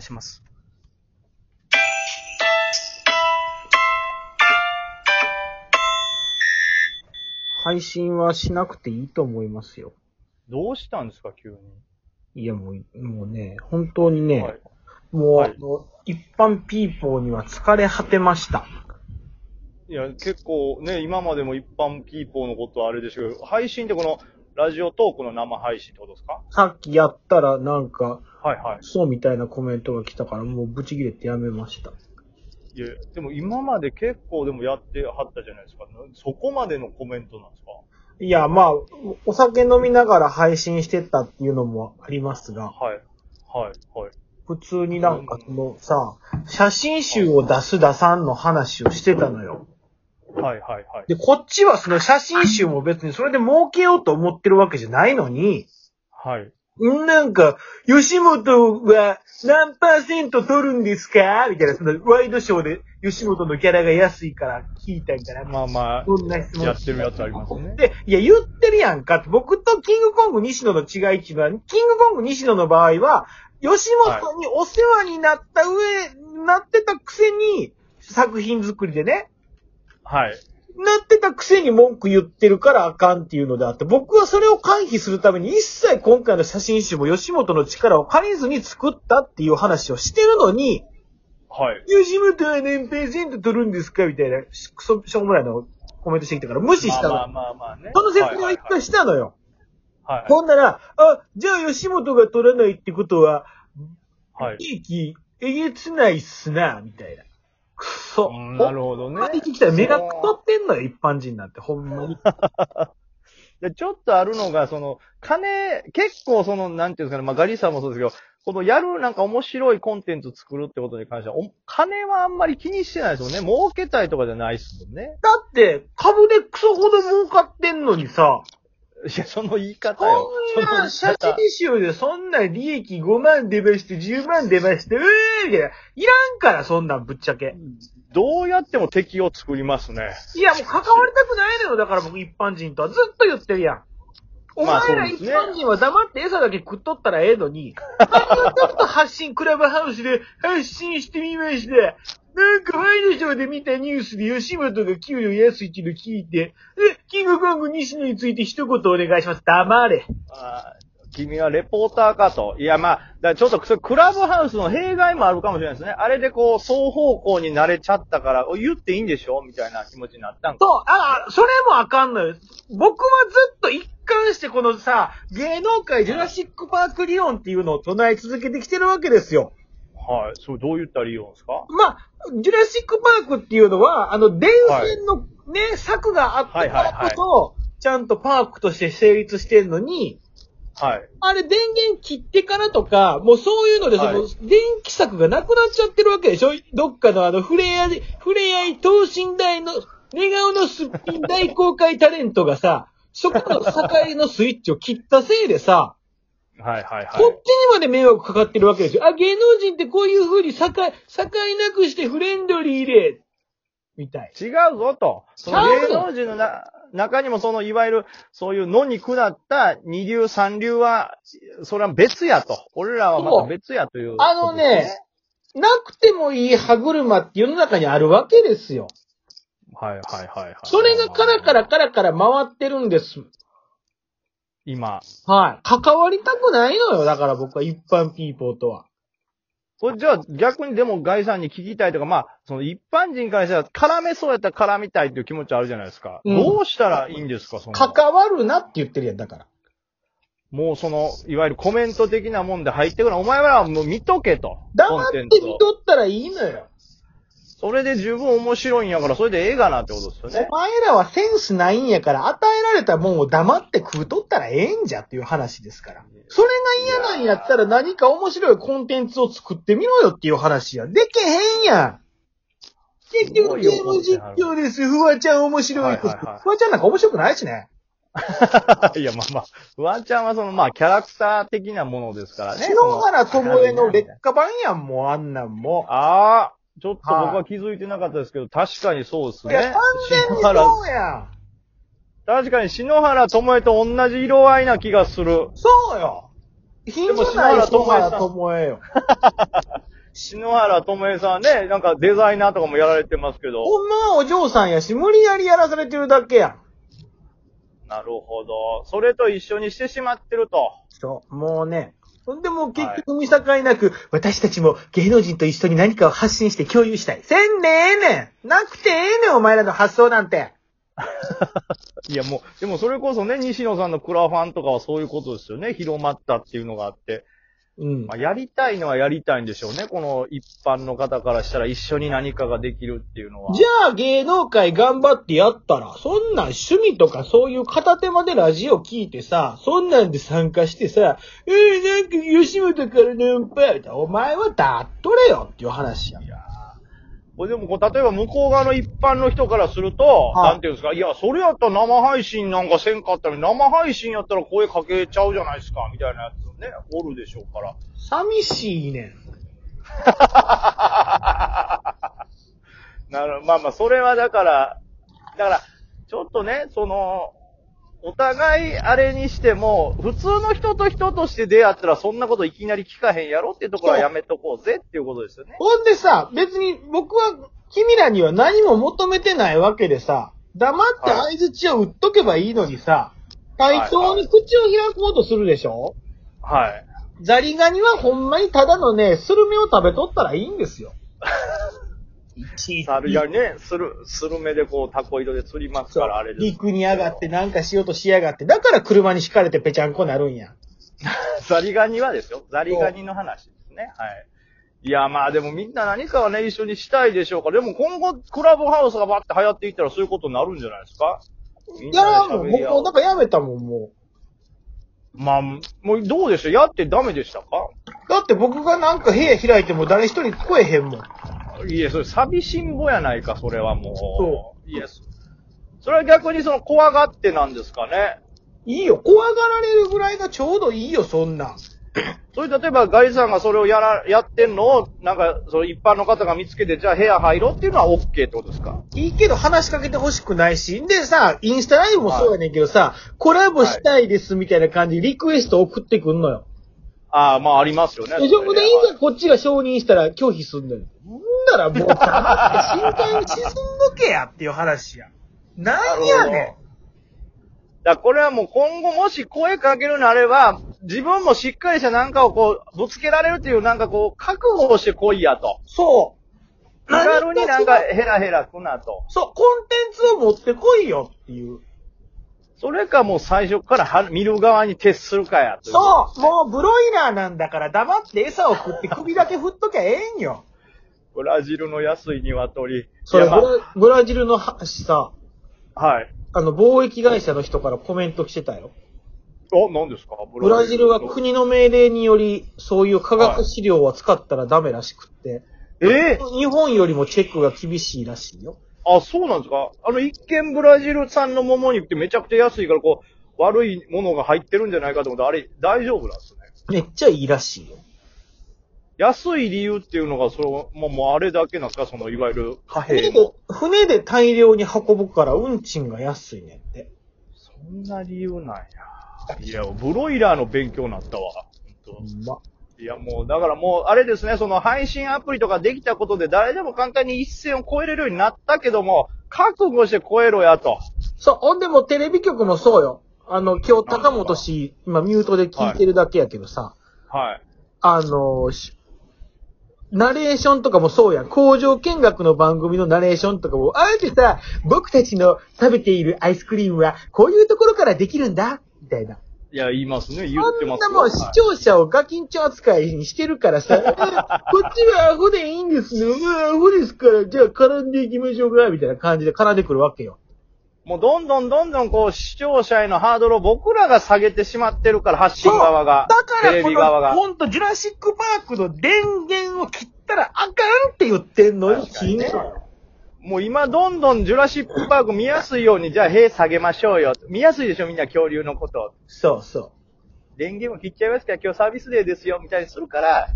します。配信はしなくていいと思いますよ。どうしたんですか、急に。いや、もう、もうね、本当にね、はい。もう、はいあの一般ピーポーには疲れ果てました。いや、結構ね、今までも一般ピーポーのことはあれでしょうけど、配信ってこの、ラジオトークの生配信ってことですかさっきやったらなんか、はいはそうみたいなコメントが来たから、もうブチ切れてやめました。い。いや、でも今まで結構でもやってはったじゃないですか。そこまでのコメントなんですかいや、まあ、おお酒飲みながら配信してたっていうのもありますが、はい。はい、はい。普通になんかそのさ、写真集を出す出さんの話をしてたのよ。はい、はい、はい。で、こっちはその写真集も別にそれで儲けようと思ってるわけじゃないのに、はい。んなんか、吉本は何パーセント取るんですかみたいな、そのワイドショーで吉本のギャラが安いから聞いたみたいな。まあまそんな質あ、問やってるやつありますね。で、いや、言ってるやんかって、僕とキングコング西野の違いっていうのは、キングコング西野の場合は、吉本にお世話になった上、なってたくせに、作品作りでね、はい。なってたくせに文句言ってるからあかんっていうのであって、僕はそれを回避するために一切今回の写真集も吉本の力を借りずに作ったっていう話をしてるのに、はい。吉本は年ペーセント取るんですかみたいな、しクソ、しょうもないのをコメントしてきたから無視したの。まあまあまあまあね。その説明を一回したのよ。はいはいほんなら、あ、じゃあ吉本が取らないってことは、はい。はい。利益、えげつないっすな、みたいな。くそ。うんなるほどねほんまに来たら目がくとってんのよ、一般人なんて、ほんまに。で、ちょっとあるのが、その、金、結構その、なんていうんですかね、まあ、ガリさんもそうですけど、このやるなんか面白いコンテンツ作るってことに関しては、お金はあんまり気にしてないですもんね。儲けたいとかじゃないですもんね。だって、株でクソほど儲かってんのにさ、いや、その言い方よ。こそんの言ない写方。真集でそんな利益5万出まして、10万出まして、うーみたいな。いらんから、そんなんぶっちゃけ。どうやっても敵を作りますね。いや、もう関わりたくないのよ。だから僕一般人とはずっと言ってるやん。おまあ前らそう一ですね般人は黙って餌だけ食っとったらええのに、あんなこと発信、クラブハウスで発信してみました。なんかワイドショーで見たニュースで吉本が給料安いっていうの聞いて、で、キングコング西野について一言お願いします。黙れ。あー君はレポーターかと。いや、まあ、だからちょっと、それクラブハウスの弊害もあるかもしれないですね。あれでこう、双方向に慣れちゃったから、お言っていいんでしょみたいな気持ちになったんか。そう、あ、それもあかんのよ。僕はずっと一貫してこのさ、芸能界ジュラシックパーク理論っていうのを唱え続けてきてるわけですよ。はい。それどう言ったらいいよんですかまあ、ジュラシックパークっていうのは、あの、電線のね、柵があったからこそ、ちゃんとパークとして成立してんのに、はい。あれ電源切ってからとか、もうそういうので、そはのい、電気柵がなくなっちゃってるわけでしょ、どっかのあの、ふれあい、ふれあい等身大の、寝顔のすっぴん大公開タレントがさ、そこの境のスイッチを切ったせいでさ、はいはいはこっい。ちにまで迷惑かかってるわけですよ。あ、芸能人ってこういう風に境、境なくしてフレンドリーで、みたい。違うぞと。その芸能人のな中にもその、いわゆる、そういう野に下った二流三流は、それは別やと。俺らはまた別やという。あのね、、なくてもいい歯車って世の中にあるわけですよ。はいはいはいはい。それがカラカラカラカラ回ってるんです。今。はい。関わりたくないのよ。だから僕は一般ピーポーとは。これじゃあ逆にでもガイさんに聞きたいとか、まあ、その一般人からしたら絡めそうやったら絡みたいっていう気持ちあるじゃないですか。うんどうしたらいいんですかその。関わるなって言ってるやん、だから。もうその、いわゆるコメント的なもんで入ってくる。お前はもう見とけと。黙っコてンテンツ見をとったらいいのよ。それで十分面白いんやから、それでええがなってことですよねお。前らはセンスないんやから、与えられたもんを黙って食うとったらええんじゃっていう話ですから。それが嫌なんやったら何か面白いコンテンツを作ってみろよっていう話や。でけへんやん結局ゲーム実況です。フワちゃん面白いです。はいはいはいフワちゃんなんか面白くないしね。 いや、まあまあ、ワンちゃんはその、まあ、キャラクター的なものですからね。篠原そ智恵の劣化版やん、もうあんなんも。ああ、ちょっと僕は気づいてなかったですけど、確かにそうですいや、ね。完全に篠原そうやん。確かに篠原智恵と同じ色合いな気がする。そうよ。品じゃないでも篠原篠智恵さん原智恵よ。し。篠原ともえさんね、なんかデザイナーとかもやられてますけど。ほんまはお嬢さんやし、無理やりやらされてるだけやん。なるほど。それと一緒にしてしまってると。そう、もうね。ほんでもう結局見境なく、私たちも芸能人と一緒に何かを発信して共有したい。せんでええねんなくてええねんお前らの発想なんて。いやもう、でもそれこそね、西野さんのクラファンとかはそういうことですよね。広まったっていうのがあって。うんま。あ、やりたいのはやりたいんでしょうね。この一般の方からしたら一緒に何かができるっていうのは。じゃあ芸能界頑張ってやったら、そんなん趣味とかそういう片手間でラジオ聞いてさ、そんなんで参加してさ、えー、なんか吉本からナンパみたいなお前はだっとれよっていう話やんい。やーこれでもこう、例えば向こう側の一般の人からすると、はいなんていうんですか、いや、それやったら生配信なんかせんかったのに、生配信やったら声かけちゃうじゃないですか、みたいなやつね、おるでしょうから。寂しいねん。 なるまあまあ、それはだから、だから、ちょっとね、その、お互いあれにしても、普通の人と人として出会ったらそんなこといきなり聞かへんやろっていうところはやめとこうぜっていうことですよね。ほんでさ、別に僕は君らには何も求めてないわけでさ、黙って相槌を打っとけばいいのにさ、はい対等に口を開こうとするでしょはい。ザリガニはほんまにただのね、スルメを食べとったらいいんですよ。サルやね、する、スルメでこう、タコ色で釣りますから、あれです。陸に上がってなんかしようとしやがって、だから車に敷かれてぺちゃんこなるんや。 ザリガニはですよ。ザリガニの話ですね。はい。いや、まあでもみんな何かはね、一緒にしたいでしょうから。でも今後、クラブハウスがバッて流行っていったらそういうことになるんじゃないですかみんやらなんでもん、喋り僕合もおううだからやめたもん、もまあ、もうどうでしょうやってダメでしたかう。だって僕がなんか部屋開いても誰一人来えへんもん。いや、それ寂しんぼやないか、それはもう。。そういや、そそれは逆にその怖がってなんですかね。いいよ、怖がられるぐらいがちょうどいいよ、そんなん。それ例えばガリさんがそれをやら、やってんのを、なんか、その一般の方が見つけて、じゃあ部屋入ろうっていうのは OK ってことですかいいけど話しかけてほしくないし。でさ、インスタライブもそうやねんけどさ、コラボしたいですみたいな感じでリクエスト送ってくんのよ。ああ、まあありますよね。で、そこでいそれざこっちが承認したら拒否すんのよ。ほんな らもう黙って深海に沈んどけやっていう話や。なんやなるねほだからこれはもう今後もし声かけるのあれば、自分もしっかりしたなんかをこう、ぶつけられるっていうなんかこう、覚悟をして来いやとん。。そう。気軽になんか何かヘラヘラ来なと。そう、コンテンツを持ってこいよっていう。それかもう最初からは見る側に徹するかやと。そう、もうブロイラーなんだから黙って餌を食って首だけ振っときゃええんよ。ブラジルの安い鶏。それ、いやまブラブラジルのはさ、あはい。あの、貿易会社の人からコメント来てたよ。お、何ですかブラジルは国の命令により、そういう化学資料は使ったらダメらしくって、ええ日本よりもチェックが厳しいらしいよ。あ、そうなんですかあの、一見ブラジル産の桃肉ってめちゃくちゃ安いから、こう、悪いものが入ってるんじゃないかと思ったら、あれ、大丈夫なんですね。めっちゃいいらしいよ。安い理由っていうのが、その、まあ、もうあれだけなんですかその、いわゆる貨幣船ので。、船で大量に運ぶから運賃が安いねんって。そんな理由なんや。いや、ブロイラーの勉強になったわ。ほほんんま。といや、もう、だからもう、あれですね、その配信アプリとかできたことで、誰でも簡単に一線を越えれるようになったけども、覚悟して越えろやと。そう、ほんでもテレビ局もそうよ。あの、今日高本氏、今ミュートで聞いてるだけやけどさ、はい。あの、しナレーションとかもそうやん。工場見学の番組のナレーションとかも、あえてさ、僕たちの食べているアイスクリームは、こういうところからできるんだ、みたいな。いや、言いますね、言っこてんますなもう視聴者をガキンチョ扱いにしてるからさ、えーこっちはアホでいいんですよ。うんアホですから、じゃあ絡んでいきましょうか、みたいな感じで絡んでくるわけよ。もうどんどんどんどんこう視聴者へのハードルを僕らが下げてしまってるから、発信側が。だかテらレこビ側の、が。ほんと、ジュラシックパークの電源を切ったらあかんって言ってんのよ、確かにね金属よもう今どんどんジュラシックパーク見やすいように、じゃあ塀下げましょうよ。見やすいでしょみんな恐竜のこと。そうそう。電源も切っちゃいますから今日サービスデーですよみたいにするから、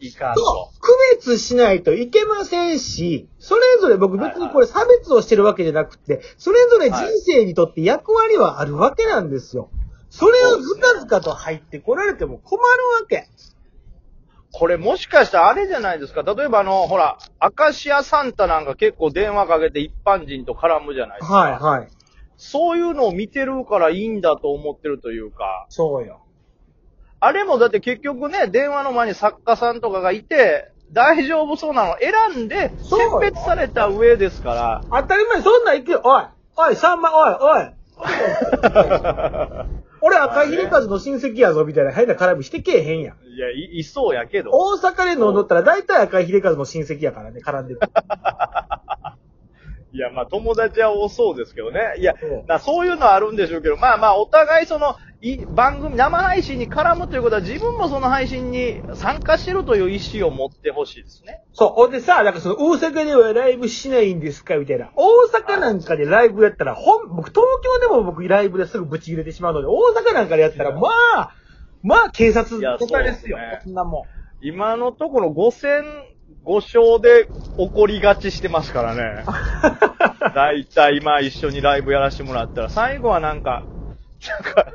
いかんとそ。う。区別しないといけませんし、それぞれ僕別にこれ差別をしてるわけじゃなくて、それぞれ人生にとって役割はあるわけなんですよ。それをずかずかと入ってこられても困るわけ。これもしかしたらあれじゃないですか。例えばあの、ほら、アカシアサンタなんか結構電話かけて一般人と絡むじゃないですか。はい、はい。そういうのを見てるからいいんだと思ってるというか。そうよ。あれもだって結局ね、電話の前に作家さんとかがいて、大丈夫そうなの選んで、そうよ選別された上ですか当たり前、そんなん言ってよ。おい、おい、さんま、おい、おい。ら。俺赤井秀和の親戚やぞ、みたいな変な絡みしてけえへんやん。 いや、い、いそうやけど。大阪で飲んどったら大体赤井秀和の親戚やからね、絡んでる。いや、まあ友達は多そうですけどね。いやそう、なそういうのはあるんでしょうけど、まあまあお互いその、い番組、生配信に絡むということは自分もその配信に参加してるという意思を持ってほしいですね。そう、ほんでさ、なんかその大阪ではライブしないんですかみたいな。大阪なんかでライブやったら、ほん、僕東京でも僕ライブですぐブチ入れてしまうので、大阪なんかでやったら、まあ、まあ警察いや沙汰ですよそうですね。そんな もん。今のところ5戦5勝で起こりがちしてますから ね。 だいたい今一緒にライブやらせてもらったら、最後はなんか、なんか、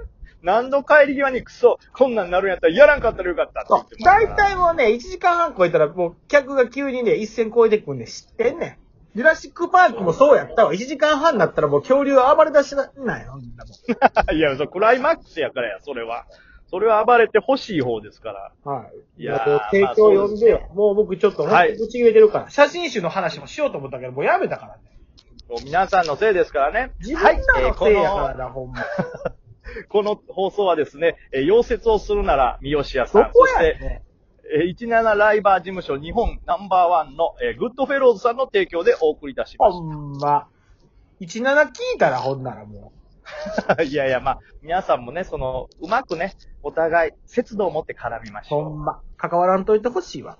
何度帰り際にクソ、こんなんなるんやったらやらんかったらよかったってそ言ってう。ますか大ら体もうね、1時間半超えたら、もう客が急にね、一線超えてくんで知ってんねん。ジュラシックパークもそうやったわ。1時間半になったらもう恐竜は暴れ出しな、ないのみんなも いや、そう、クライマックスやからや、それは。それは暴れてほしい方ですから。う。はい。いやーもう提供呼んでよ。もう僕ちょっと、はいぶち入れてるから。写真集の話もしようと思ったけど、もうやめたからね。もう皆さんのせいですからね。自分らはいえのーせいやからな、ほんま。この、この放送はですね、えー溶接をするなら、三好屋さそん。こやそして、ね。えー17ライバー事務所日本ナンバーワンの、えーグッドフェローズさんの提供でお送りいたしまほんま。17聞いたらほんならもした。 いやいや、まあ、皆さんもね、その、うまくね、お互い、節度を持って絡みまう、しょう。ほんま。関わらんといてほしいわ。